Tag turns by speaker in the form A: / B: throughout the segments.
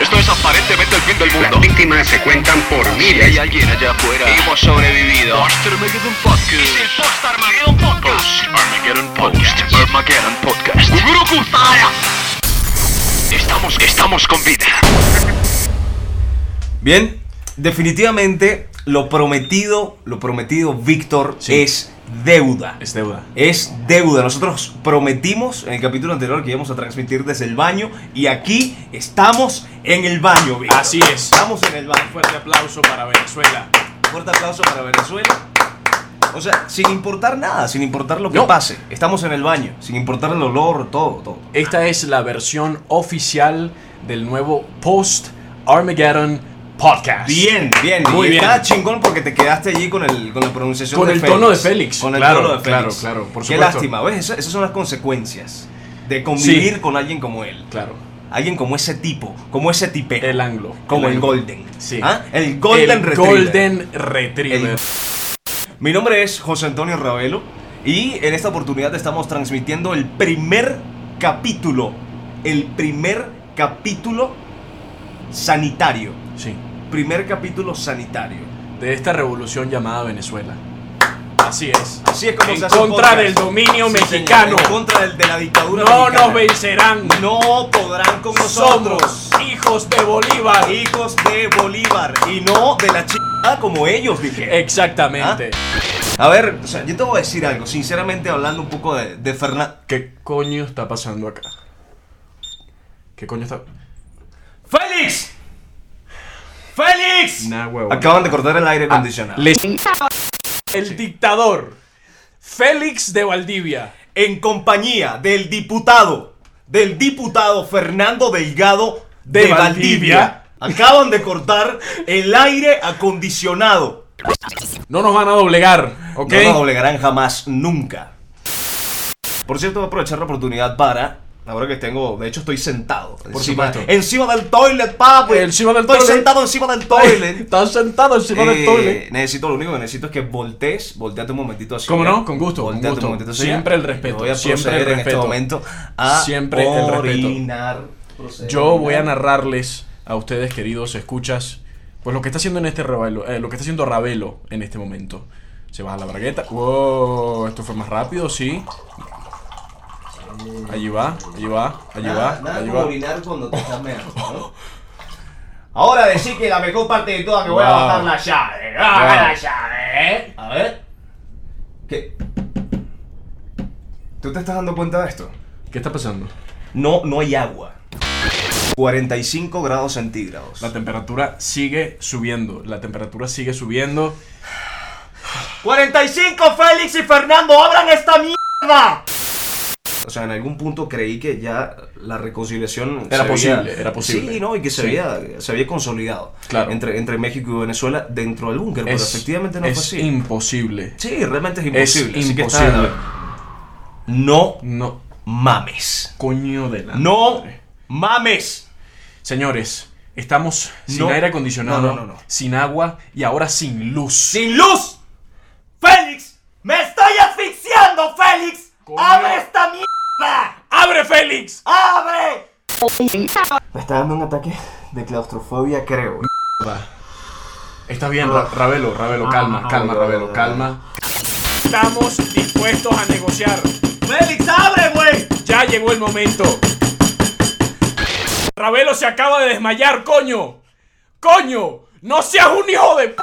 A: Esto es aparentemente el fin del mundo.
B: Las víctimas se cuentan por
A: Si
B: miles.
A: hay alguien allá afuera.
B: Hemos sobrevivido.
A: Post Armageddon Podcast. Es el Post Armageddon Podcast. Post Armageddon Podcast. Post Armageddon Podcast. Guguruku Zaya. Estamos, estamos con vida.
C: Bien, definitivamente lo prometido, lo prometido, Víctor,
D: Sí.
C: es deuda.
D: Es deuda.
C: Es deuda. Nosotros prometimos en el capítulo anterior que íbamos a transmitir desde el baño y aquí estamos en el baño, Víctor.
D: Así es.
C: Estamos en el baño.
D: Fuerte aplauso para Venezuela.
C: Fuerte aplauso para Venezuela. O sea, sin importar nada, sin importar lo que
D: No.
C: pase, estamos en el baño, sin importar el olor, todo, todo.
D: Esta es la versión oficial del nuevo Post Armageddon Podcast.
C: Bien, bien,
D: Muy
C: y
D: bien.
C: Está chingón porque te quedaste allí con, el, con la pronunciación
D: Con
C: de
D: el
C: Félix.
D: tono de Félix,
C: Con el
D: claro,
C: tono de Félix.
D: claro, claro, por
C: Qué
D: supuesto.
C: lástima, ¿ves? Esa- esas son las consecuencias de convivir
D: Sí.
C: con alguien como él.
D: Claro.
C: Alguien como ese tipo, como ese tipe.
D: El anglo.
C: como el,
D: anglo.
C: Golden.
D: Sí.
C: ¿Ah? El Golden
D: El
C: Retriever.
D: Golden Retriever.
C: El- Mi nombre es José Antonio Ravelo y en esta oportunidad estamos transmitiendo el primer capítulo. El primer capítulo sanitario.
D: Sí.
C: Primer capítulo sanitario.
D: De esta revolución llamada Venezuela. Así es.
C: Así es como
D: En
C: se hace
D: contra
C: podcast.
D: del dominio
C: Sí,
D: mexicano.
C: señor, en contra del, de la dictadura
D: No
C: mexicana.
D: nos vencerán.
C: No podrán con nosotros.
D: Somos hijos de Bolívar.
C: Hijos de Bolívar y no de la chica como ellos, dije.
D: Exactamente.
C: ¿Ah? A ver, o sea, yo te voy a decir algo, sinceramente hablando un poco de, de Fernan-
D: ¿Qué coño está pasando acá? ¿Qué coño está.?
C: ¡Félix! ¡Félix!
D: Nah, huevo.
C: Acaban de cortar el aire
D: Ah,
C: acondicionado.
D: Les- El dictador Félix de Valdivia.
C: en compañía del diputado, del diputado Fernando Delgado de,
D: De
C: Valdivia.
D: Valdivia.
C: Acaban de cortar el aire acondicionado.
D: No nos van a doblegar, ¿ok?
C: No nos doblegarán jamás, nunca. Por cierto, voy a aprovechar la oportunidad para. Ahora que tengo, de hecho estoy sentado. encima,
D: supuesto.
C: encima del toilet, papi.
D: Encima del
C: estoy
D: toilet.
C: sentado encima del toilet.
D: Estás sentado encima del
C: Eh,
D: toile.
C: Necesito, lo único que necesito es que voltees, volteate un momentito así.
D: ¿Cómo
C: ya.
D: no? Con gusto, con
C: Volteate
D: gusto.
C: un momentito así.
D: Siempre
C: ya.
D: el respeto,
C: Voy a
D: siempre
C: proceder
D: el
C: en este
D: respeto.
C: momento a
D: Siempre el respeto.
C: orinar. Proceder
D: Yo voy a
C: orinar.
D: narrarles a ustedes, queridos escuchas, pues lo que está haciendo en este Ravelo, eh, lo que está haciendo Ravelo en este momento. Se baja la bragueta. Wow, esto fue más rápido, sí. Allí va, allí va, allí
C: Nada-
D: va,
C: nada
D: allí
C: como
D: va.
C: orinar cuando te estás meando, ¿no? Ahora decir que la mejor parte de toda que voy a
D: Wow.
C: bajar la llave. voy a
D: Wow.
C: bajar la llave, ¿eh? A ver. ¿Qué? ¿Tú te estás dando cuenta de esto?
D: ¿Qué está pasando?
C: No, no hay agua. 45 grados centígrados.
D: La temperatura sigue subiendo, la temperatura sigue subiendo.
C: 45 Félix y Fernando, abran esta mierda. O sea, en algún punto creí que ya la reconciliación se
D: Era posible,
C: había-
D: era posible.
C: Sí, no, y que se,
D: Sí.
C: había, se había consolidado
D: Claro.
C: entre, entre México y Venezuela dentro del búnker, pero efectivamente no
D: es
C: fue así.
D: imposible.
C: sí, realmente es imposible.
D: Es
C: así que está-
D: imposible.
C: no
D: No,
C: mames.
D: coño de la.
C: No
D: madre.
C: mames.
D: Señores, estamos sin
C: No.
D: aire acondicionado,
C: No, no, no, no.
D: sin agua y ahora sin luz.
C: Sin luz. Félix, me estoy asfixiando, Félix.
D: Coño.
C: Abre esta mierda.
D: ¡Abre, Félix!
C: ¡Abre! Me está dando un ataque de claustrofobia, creo.
D: Estás bien, Ra- Ravelo, Ravelo, calma, calma,
C: no, no,
D: Ravelo,
C: no.
D: calma. Estamos dispuestos a negociar.
C: ¡Félix, abre, güey!
D: Ya llegó el momento. Ravelo se acaba de desmayar, coño. ¡Coño! ¡No seas un hijo de p!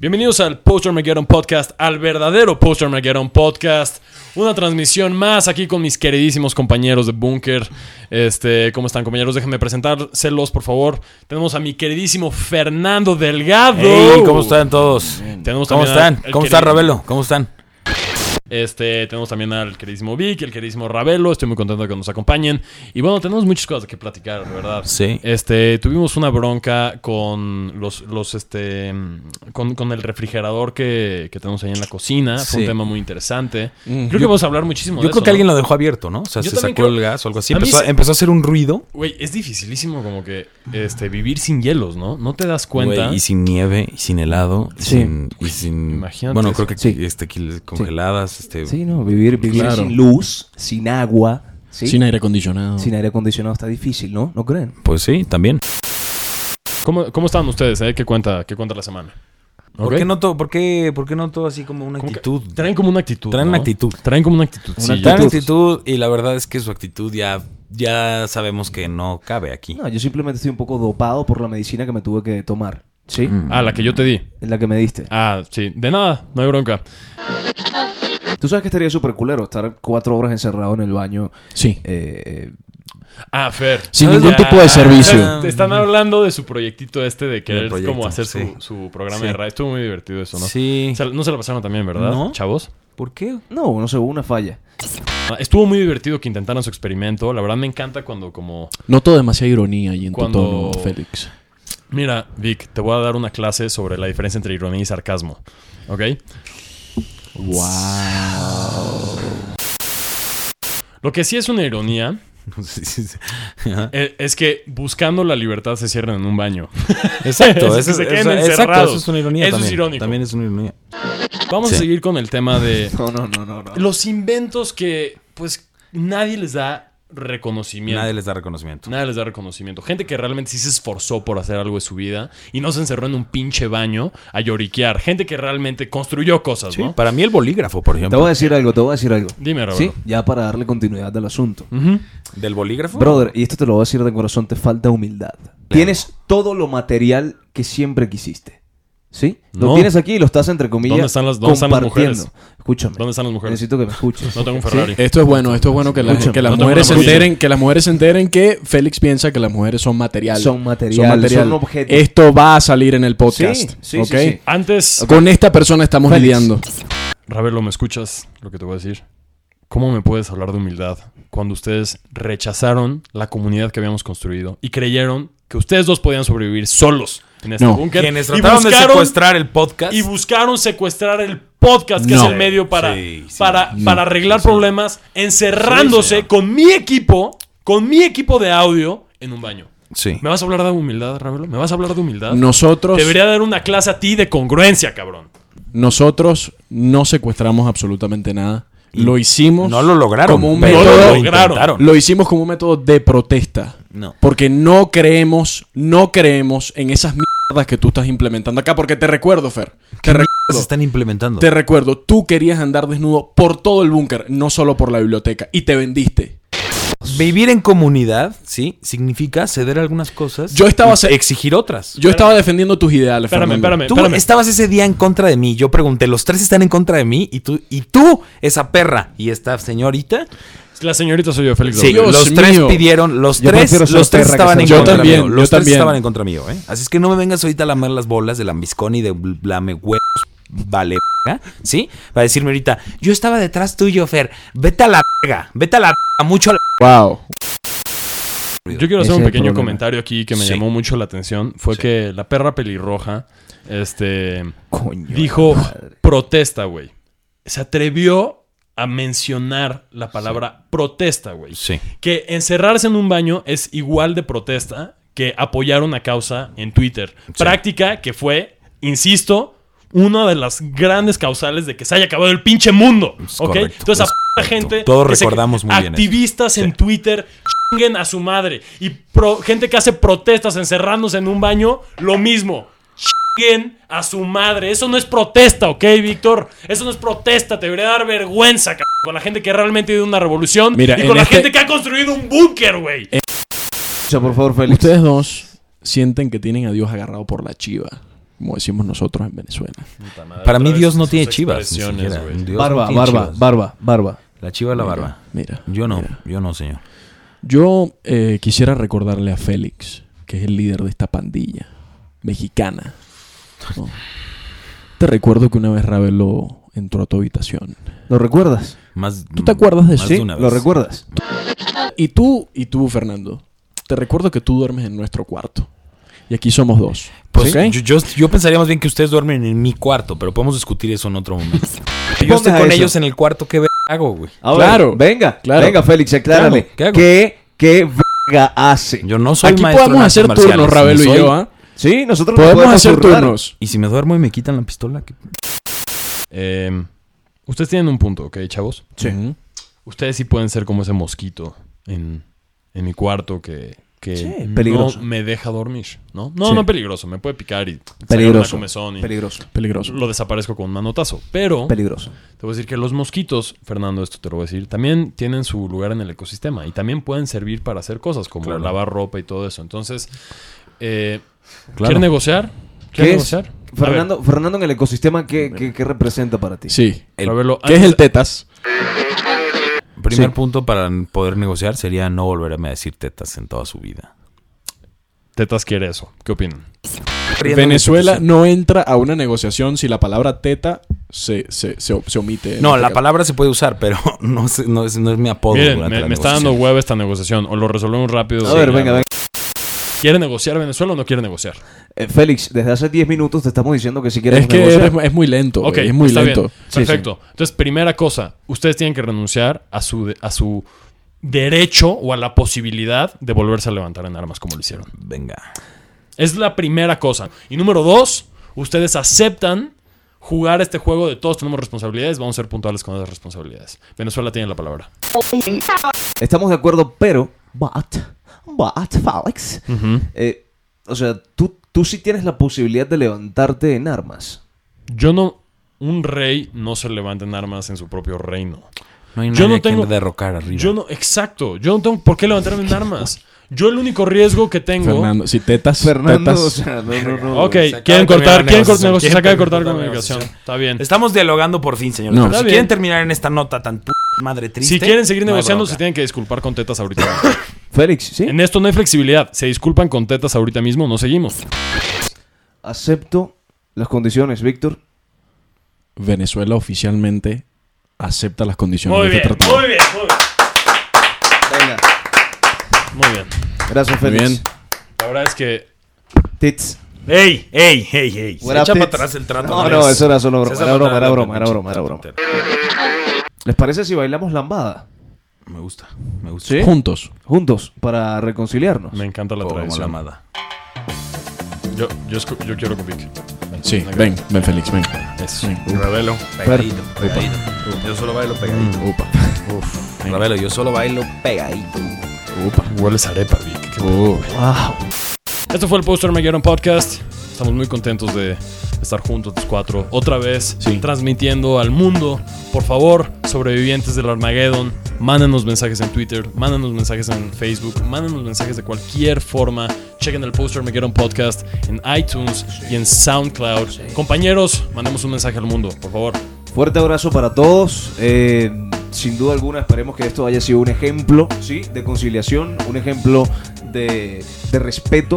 E: Bienvenidos al Post Armageddon Podcast, al verdadero Post Armageddon Podcast. Una transmisión más aquí con mis queridísimos compañeros de Bunker. Este, ¿Cómo están, compañeros? Déjenme presentárselos, por favor. Tenemos a mi queridísimo Fernando Delgado.
F: Hey, ¿cómo están todos?
E: Tenemos
F: ¿Cómo
E: también al-
F: están?
E: al
F: ¿Cómo está
E: querido-
F: Ravelo? ¿Cómo están?
E: Este, tenemos también al queridísimo Vic, el queridísimo Ravelo. Estoy muy contento de que nos acompañen. Y bueno, tenemos muchas cosas que platicar, de verdad.
F: Sí.
E: Este, tuvimos una bronca con los, los este, mm, con, con el refrigerador que, que tenemos ahí en la cocina. Fue un
F: Sí. Mm,
E: tema muy interesante. creo que
F: yo-
E: vamos a hablar muchísimo de
F: Yo creo
E: eso,
F: que
E: ¿no?
F: alguien lo dejó abierto, ¿no? O sea,
E: Yo
F: se
E: también
F: sacó
E: creo-
F: el gas o algo así.
E: A mí
F: Empezó,
E: se-
F: empezó a hacer un ruido.
E: Güey, es dificilísimo como que este, vivir sin hielos, ¿no? No te das cuenta.
F: güey, y sin nieve, y sin helado, y sin. y sin-
E: Imagínate
F: Bueno,
E: eso.
F: creo que
G: Sí.
F: este, aquí, congeladas. Este,
G: Sí, no, vivir, vivir
E: Claro.
G: sin
C: Sin luz, sin agua,
G: ¿sí?
E: Sin aire acondicionado.
G: Sin aire acondicionado está difícil, ¿no? ¿No creen?
F: Pues sí, también.
E: ¿Cómo, ¿Cómo están ustedes? eh? ¿Qué, cuenta, ¿Qué cuenta la semana?
F: ¿Por,
E: Ok.
F: qué noto, por, qué, ¿Por qué noto así como una
E: Como que
F: actitud?
E: Traen como una actitud.
F: Traen
E: ¿no?
F: una actitud.
E: Traen como una actitud.
G: Una
E: sí,
G: actitud.
F: Traen actitud y la verdad es que su actitud ya, ya sabemos que no cabe aquí.
G: No, yo simplemente estoy un poco dopado por la medicina que me tuve que tomar, ¿sí?
E: yo- Ah, la que yo te di.
G: En La que me diste.
E: Ah, sí. De nada, no hay bronca.
G: Tú sabes que estaría súper culero estar cuatro horas encerrado en el baño.
D: Sí.
G: eh, eh,
E: Ah, Fer.
D: Sin
E: Ya.
D: ningún tipo de servicio.
E: Te están hablando de su proyectito este de querer
F: proyecto,
E: como hacer su,
F: sí.
E: su programa
F: Sí.
E: de radio. Estuvo muy divertido eso, ¿no?
F: Sí.
E: O sea, no se lo pasaron también, ¿verdad?
F: No.
E: Chavos.
F: ¿Por qué?
G: no, no sé, hubo una falla.
E: Ah, Estuvo muy divertido que intentaran su experimento. La verdad me encanta cuando como...
D: Noto demasiada ironía y en
E: Cuando-
D: tu tono, Félix.
E: Mira, Vic, te voy a dar una clase sobre la diferencia entre ironía y sarcasmo. ¿Ok? Lo que sí es una ironía
F: Sí, sí, sí. ¿Ah?
E: eh, es que buscando la libertad se cierran en un baño.
F: Exacto,
E: Que
F: eso,
E: se
F: es-
E: queden
F: eso- exacto,
E: encerrados.
F: eso es una ironía.
E: Eso es
F: también.
E: irónico.
F: También es una ironía.
E: Vamos a
F: Sí.
E: seguir con el tema de
G: No, no, no, no. no.
E: los inventos que pues nadie les da reconocimiento.
F: Nadie les da reconocimiento.
E: Nada les da reconocimiento. Gente que realmente sí se esforzó por hacer algo de su vida y no se encerró en un pinche baño a lloriquear. Gente que realmente construyó cosas,
F: Sí,
E: ¿no?
F: Para mí el bolígrafo, por
G: Te
F: ejemplo.
G: voy a decir algo, te voy a decir algo.
E: Dime, Roberto.
G: Sí, ya para darle continuidad al asunto.
E: Ujú.
F: ¿Del bolígrafo?
G: Brother, y esto te lo voy a decir de corazón, te falta humildad. Tienes todo lo material que siempre quisiste. ¿Sí?
E: No.
G: Lo tienes aquí y lo estás entre comillas
E: ¿Dónde están las- dónde están las
G: compartiendo.
E: mujeres?
G: Escúchame.
E: ¿Dónde están las mujeres?
G: Necesito que me escuches.
E: No tengo un
G: ¿Sí?
E: Ferrari.
F: eh,
D: Esto es bueno, esto es bueno que, la-
G: Escucha,
D: que las
E: no tengo
D: mujeres se
E: una
D: enteren, que las mujeres se enteren que Félix piensa que las mujeres son material.
G: Son material, son objeto.
D: Esto va a salir en el podcast.
G: Sí, sí,
D: ¿ok?
G: sí, sí.
E: Antes,
D: Con esta persona estamos
G: Félix.
D: lidiando.
E: Ravelo, ¿me escuchas lo que te voy a decir? ¿Cómo me puedes hablar de humildad cuando ustedes rechazaron la comunidad que habíamos construido y creyeron que ustedes dos podían sobrevivir solos en este
D: No.
E: búnker?
F: Quienes
E: y
F: trataron de
E: buscaron-
F: secuestrar el podcast.
E: y buscaron secuestrar el podcast, que
D: No.
E: es el medio para,
F: Sí, sí,
E: para,
D: no.
E: para arreglar problemas,
F: Sí,
E: encerrándose
F: señor.
E: con mi equipo, con mi equipo de audio en un baño.
F: Sí.
E: ¿Me vas a hablar de humildad, Ravelo? ¿Me vas a hablar de humildad? Te
D: Nosotros,
E: Debería dar una clase a ti de congruencia, cabrón.
D: nosotros no secuestramos absolutamente nada. Lo hicimos.
F: No lo lograron.
D: Como un
F: pero
E: No
D: método.
E: lo
F: lo
E: lograron.
F: intentaron.
D: Lo hicimos como un método de protesta.
F: No.
D: Porque no creemos, no creemos en esas mierdas que tú estás implementando acá. Porque te recuerdo, Fer. Te, re-
F: Se están implementando.
D: te recuerdo, tú querías andar desnudo por todo el búnker, no solo por la biblioteca. Y te vendiste.
F: Vivir en comunidad, sí, significa ceder algunas cosas.
D: Yo estaba
F: y
D: ce-
F: exigir otras.
D: Yo estaba defendiendo tus ideales,
E: Espérame,
D: Fernando.
E: espérame,
F: Tú
E: espérame.
F: estabas ese día en contra de mí. Yo pregunté, los tres están en contra de mí y tú, y tú esa perra y esta señorita.
E: La señorita soy yo, Félix.
F: Sí,
E: Domínguez.
D: Dios
F: los tres
D: mío.
F: pidieron, los
G: Yo
F: tres,
G: prefiero ser
F: los tres
G: perra que
F: estaban
G: ser
F: en
D: yo. Yo
F: contra
D: también, yo
F: mío. Los tres
D: también.
F: estaban en contra mío, ¿eh? Así es que no me vengas ahorita a lamer las bolas de lambiscón y de lame huevos, vale, verga, ¿sí? Para decirme ahorita, yo estaba detrás tuyo, Fer. Vete a la verga, vete a la verga, mucho a la
D: Wow.
E: Yo quiero hacer
G: Ese
E: un
G: es el
E: pequeño
G: problema.
E: comentario aquí que me
F: Sí.
E: llamó mucho la atención. Fue que la perra pelirroja este,
G: Coño.
E: dijo
G: madre.
E: protesta, güey. Se atrevió a mencionar la palabra protesta, güey.
F: Sí.
E: Que encerrarse en un baño es igual de protesta que apoyar una causa en Twitter. Práctica que fue, insisto, una de las grandes causales de que se haya acabado el pinche mundo.
F: Es
E: ¿Ok?
F: correcto,
E: Entonces,
F: es
E: a
F: correcto.
E: gente.
F: Todos
E: que se-
F: recordamos muy bien eso.
E: Activistas en Twitter chinguen a su madre. Y pro- gente que hace protestas encerrándose en un baño, lo mismo. Chinguen a su madre. Eso no es protesta, ¿ok, Víctor? Eso no es protesta. Te debería dar vergüenza, cabrón, Con la gente que realmente ha ido una revolución
D: Mira,
E: y
D: en
E: con la
D: este-
E: gente que ha construido un búnker, güey.
G: Escucha, por favor, Félix.
D: Ustedes dos sienten que tienen a Dios agarrado por la chiva, como decimos nosotros en Venezuela.
F: Para mí
E: Otra vez
F: Dios no
E: sus
F: tiene chivas. ni
E: expresiones,
F: siquiera.
E: güey.
F: Dios no
G: barba,
F: tiene
G: barba,
F: chivas.
G: barba, barba.
F: La chiva la barba.
D: Mira.
F: Yo no,
D: mira.
F: yo no, señor.
D: Yo eh, quisiera recordarle a Félix, que es el líder de esta pandilla mexicana. ¿no? Te recuerdo que una vez Ravelo entró a tu habitación.
G: ¿Lo recuerdas?
F: Más,
D: ¿Tú te acuerdas de eso?
F: más
D: Sí,
F: de una
G: ¿Lo
F: vez.
G: recuerdas?
D: Y tú, y tú, Fernando, te recuerdo que tú duermes en nuestro cuarto. Y aquí somos dos.
F: Pues
D: ¿ok?
F: yo, yo, yo pensaría más bien que ustedes duermen en mi cuarto, pero podemos discutir eso en otro momento. Si yo
G: Pongas
F: estoy
G: a
F: con
G: eso.
F: ellos en el cuarto, ¿qué ver- hago, güey?
G: A ver,
D: Claro,
G: Venga,
D: claro.
G: venga, Félix, aclárale.
F: Claro, ¿qué hago?
G: ¿Qué, qué verga hace?
F: Yo no soy
D: Aquí
F: maestro en
D: podemos
F: artes
D: hacer
F: marciales,
D: turnos,
F: ni
D: Ravelo y
F: soy-
D: yo, ¿ah?
G: Sí, nosotros nos
D: Podemos hacer
G: turnar.
D: turnos.
F: Y si me duermo y me quitan la pistola, ¿qué-
E: Em, Eh, ustedes tienen un punto, ¿ok, chavos?
D: Ujú.
E: Ustedes sí pueden ser como ese mosquito en, en mi cuarto que, que
C: Sí, peligroso.
E: no me deja dormir, ¿no? No,
C: Sí.
E: no peligroso, me puede picar y sacar una
C: Peligroso.
E: comezón y
C: Peligroso.
D: Peligroso.
E: lo desaparezco con un manotazo. Pero
C: Peligroso.
E: te voy a decir que los mosquitos, Fernando, esto te lo voy a decir, también tienen su lugar en el ecosistema y también pueden servir para hacer cosas como lavar ropa y todo eso. Entonces, eh, ¿quieren negociar? ¿Quieren
C: ¿Qué es?
E: negociar? A ver,
C: Fernando, Fernando en el ecosistema, ¿qué, qué- qué representa para ti?
D: Sí.
E: Ravelo,
D: ¿Qué es el tetas?
F: Primer
C: Sí.
F: punto para poder negociar sería no volverme a decir tetas en toda su vida.
E: Tetas quiere eso. ¿Qué opinan?
D: Venezuela no entra a una negociación si la palabra teta se, se, se, se omite. en
F: No,
D: este
F: la
D: caso.
F: palabra se puede usar, pero no, es- no es, no es mi apodo.
E: Miren,
F: durante
E: me,
F: la
E: me está dando
F: negociación.
E: hueva esta negociación. O lo resolvemos rápido.
C: A
E: Sí,
C: ver,
E: ya.
C: venga, venga.
E: ¿Quiere negociar Venezuela o no quiere negociar?
C: Eh, Félix, desde hace 10 minutos te estamos diciendo que si quieres
D: Es que
C: negociar-
D: eres- es muy lento.
E: Ok,
D: güey, es muy
E: está
D: lento.
E: bien. Perfecto. Entonces, primera cosa, ustedes tienen que renunciar a su, de- a su derecho o a la posibilidad de volverse a levantar en armas como lo hicieron.
F: Venga.
E: Es la primera cosa. Y número dos, ustedes aceptan jugar este juego de todos tenemos responsabilidades, vamos a ser puntuales con esas responsabilidades. Venezuela tiene la palabra.
C: Estamos de acuerdo, pero... But, but, Félix. eh, o sea, tú, tú sí tienes la posibilidad de levantarte en armas.
E: Yo no... Un rey no se levanta en armas en su propio reino.
F: No hay
E: Yo
F: nadie
E: no tengo-
F: que derrocar arriba.
E: Yo no, exacto. Yo no tengo por qué levantarme en armas. Yo el único riesgo que tengo.
D: Fernando, si tetas,
C: Fernando, o
D: tetas.
C: sea, no, no, no.
E: Ok,
F: Se
E: quieren
F: acaba de
E: cortar, quieren
F: terminar la
E: cortar
F: negociación.
E: negocio, se
F: Quieren
E: acaba de cortar
F: terminar la
E: comunicación.
F: negociación.
E: Está bien.
F: Estamos dialogando por fin, señores.
D: No.
F: Pero
E: Está
F: si quieren
E: bien.
F: terminar en esta nota tan p madre triste.
E: Si quieren seguir
F: no hay
E: negociando,
F: bronca.
E: se tienen que disculpar con tetas ahorita.
C: Félix, ¿sí?
E: en esto no hay flexibilidad. Se disculpan con tetas ahorita mismo, no seguimos.
C: Acepto las condiciones, Víctor.
D: Venezuela oficialmente acepta las condiciones de este tratado.
E: bien, muy bien.
C: Venga.
E: Muy bien.
C: Gracias,
D: Muy
C: Félix.
D: bien.
E: La verdad es que.
C: Tits.
F: ¡Ey, ey, ey, ey! Se
C: What up,
F: echa para
C: tits?
F: atrás el trato.
C: No,
F: otra
C: no,
F: vez.
C: eso era solo
F: Se
C: broma.
F: hace
C: Era broma,
F: matar
C: era
F: la
C: broma, era
F: pinche
C: broma, era broma.
F: tontería.
C: ¿Les parece si bailamos lambada?
F: Me gusta, me gusta.
C: ¿Sí?
D: Juntos.
C: Juntos, para reconciliarnos.
E: Me encanta la
F: Como la
E: tradición.
F: amada.
E: yo, yo, escu- yo quiero Cupic.
D: Sí, ven, ven, Félix, ven.
E: Eso.
D: Ven.
F: Ravelo. Pegadito, pegadito. Yo solo bailo pegadito.
C: Mm,
D: Upa.
F: Ravelo, yo solo bailo pegadito.
E: Hueles a arepa, Vic. Qué
D: Oh.
E: Esto fue el Poster Maguiron Podcast. Estamos muy contentos de estar juntos los cuatro otra vez,
D: Sí.
E: transmitiendo al mundo. Por favor, sobrevivientes del Armageddon, mándenos mensajes en Twitter, mándenos mensajes en Facebook, mándenos mensajes de cualquier forma. Chequen el Poster Armageddon Podcast en iTunes y en SoundCloud. Compañeros, mandemos un mensaje al mundo, por favor.
C: Fuerte abrazo para todos. Eh, sin duda alguna, esperemos que esto haya sido un ejemplo, ¿sí? De conciliación, un ejemplo de, de respeto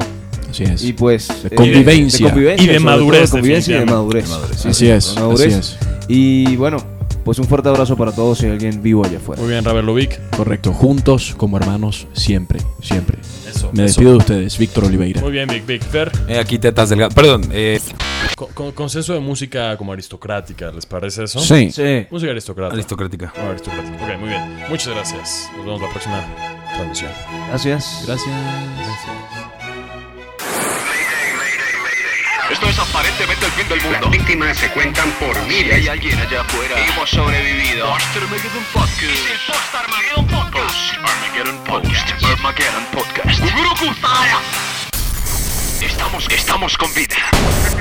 D: Así es.
C: y pues...
D: De convivencia.
C: de convivencia,
E: Y de
C: sobre todo
E: madurez,
C: convivencia y de madurez.
D: Así es, así es.
C: Y bueno, pues un fuerte abrazo para todos si hay alguien vivo allá afuera.
E: Muy bien, Ravel Vic.
D: Correcto. Juntos, como hermanos, siempre, siempre.
E: Eso.
D: Me
E: eso.
D: despido de ustedes, Víctor Oliveira.
E: Muy bien, Vic, Vic. Fer,
F: Eh, aquí tetas delgado. Perdón, eh,
E: con, con- consenso de música como aristocrática, ¿les parece eso?
D: Sí.
C: Sí.
E: Música aristocrática.
F: aristocrática.
E: Ah, aristocrática. Ok, muy bien. Muchas gracias. Nos vemos la próxima transmisión.
C: Gracias.
A: Esto es aparentemente el fin del
H: Las
A: mundo.
H: víctimas se cuentan por
A: Si
H: miles.
A: hay alguien allá afuera,
H: Hemos sobrevivido.
A: Post Armageddon Podcast. Es el Post Armageddon Podcast. Post Armageddon Podcast. Post Armageddon Podcast. Guru Kutaya. Estamos, estamos con vida.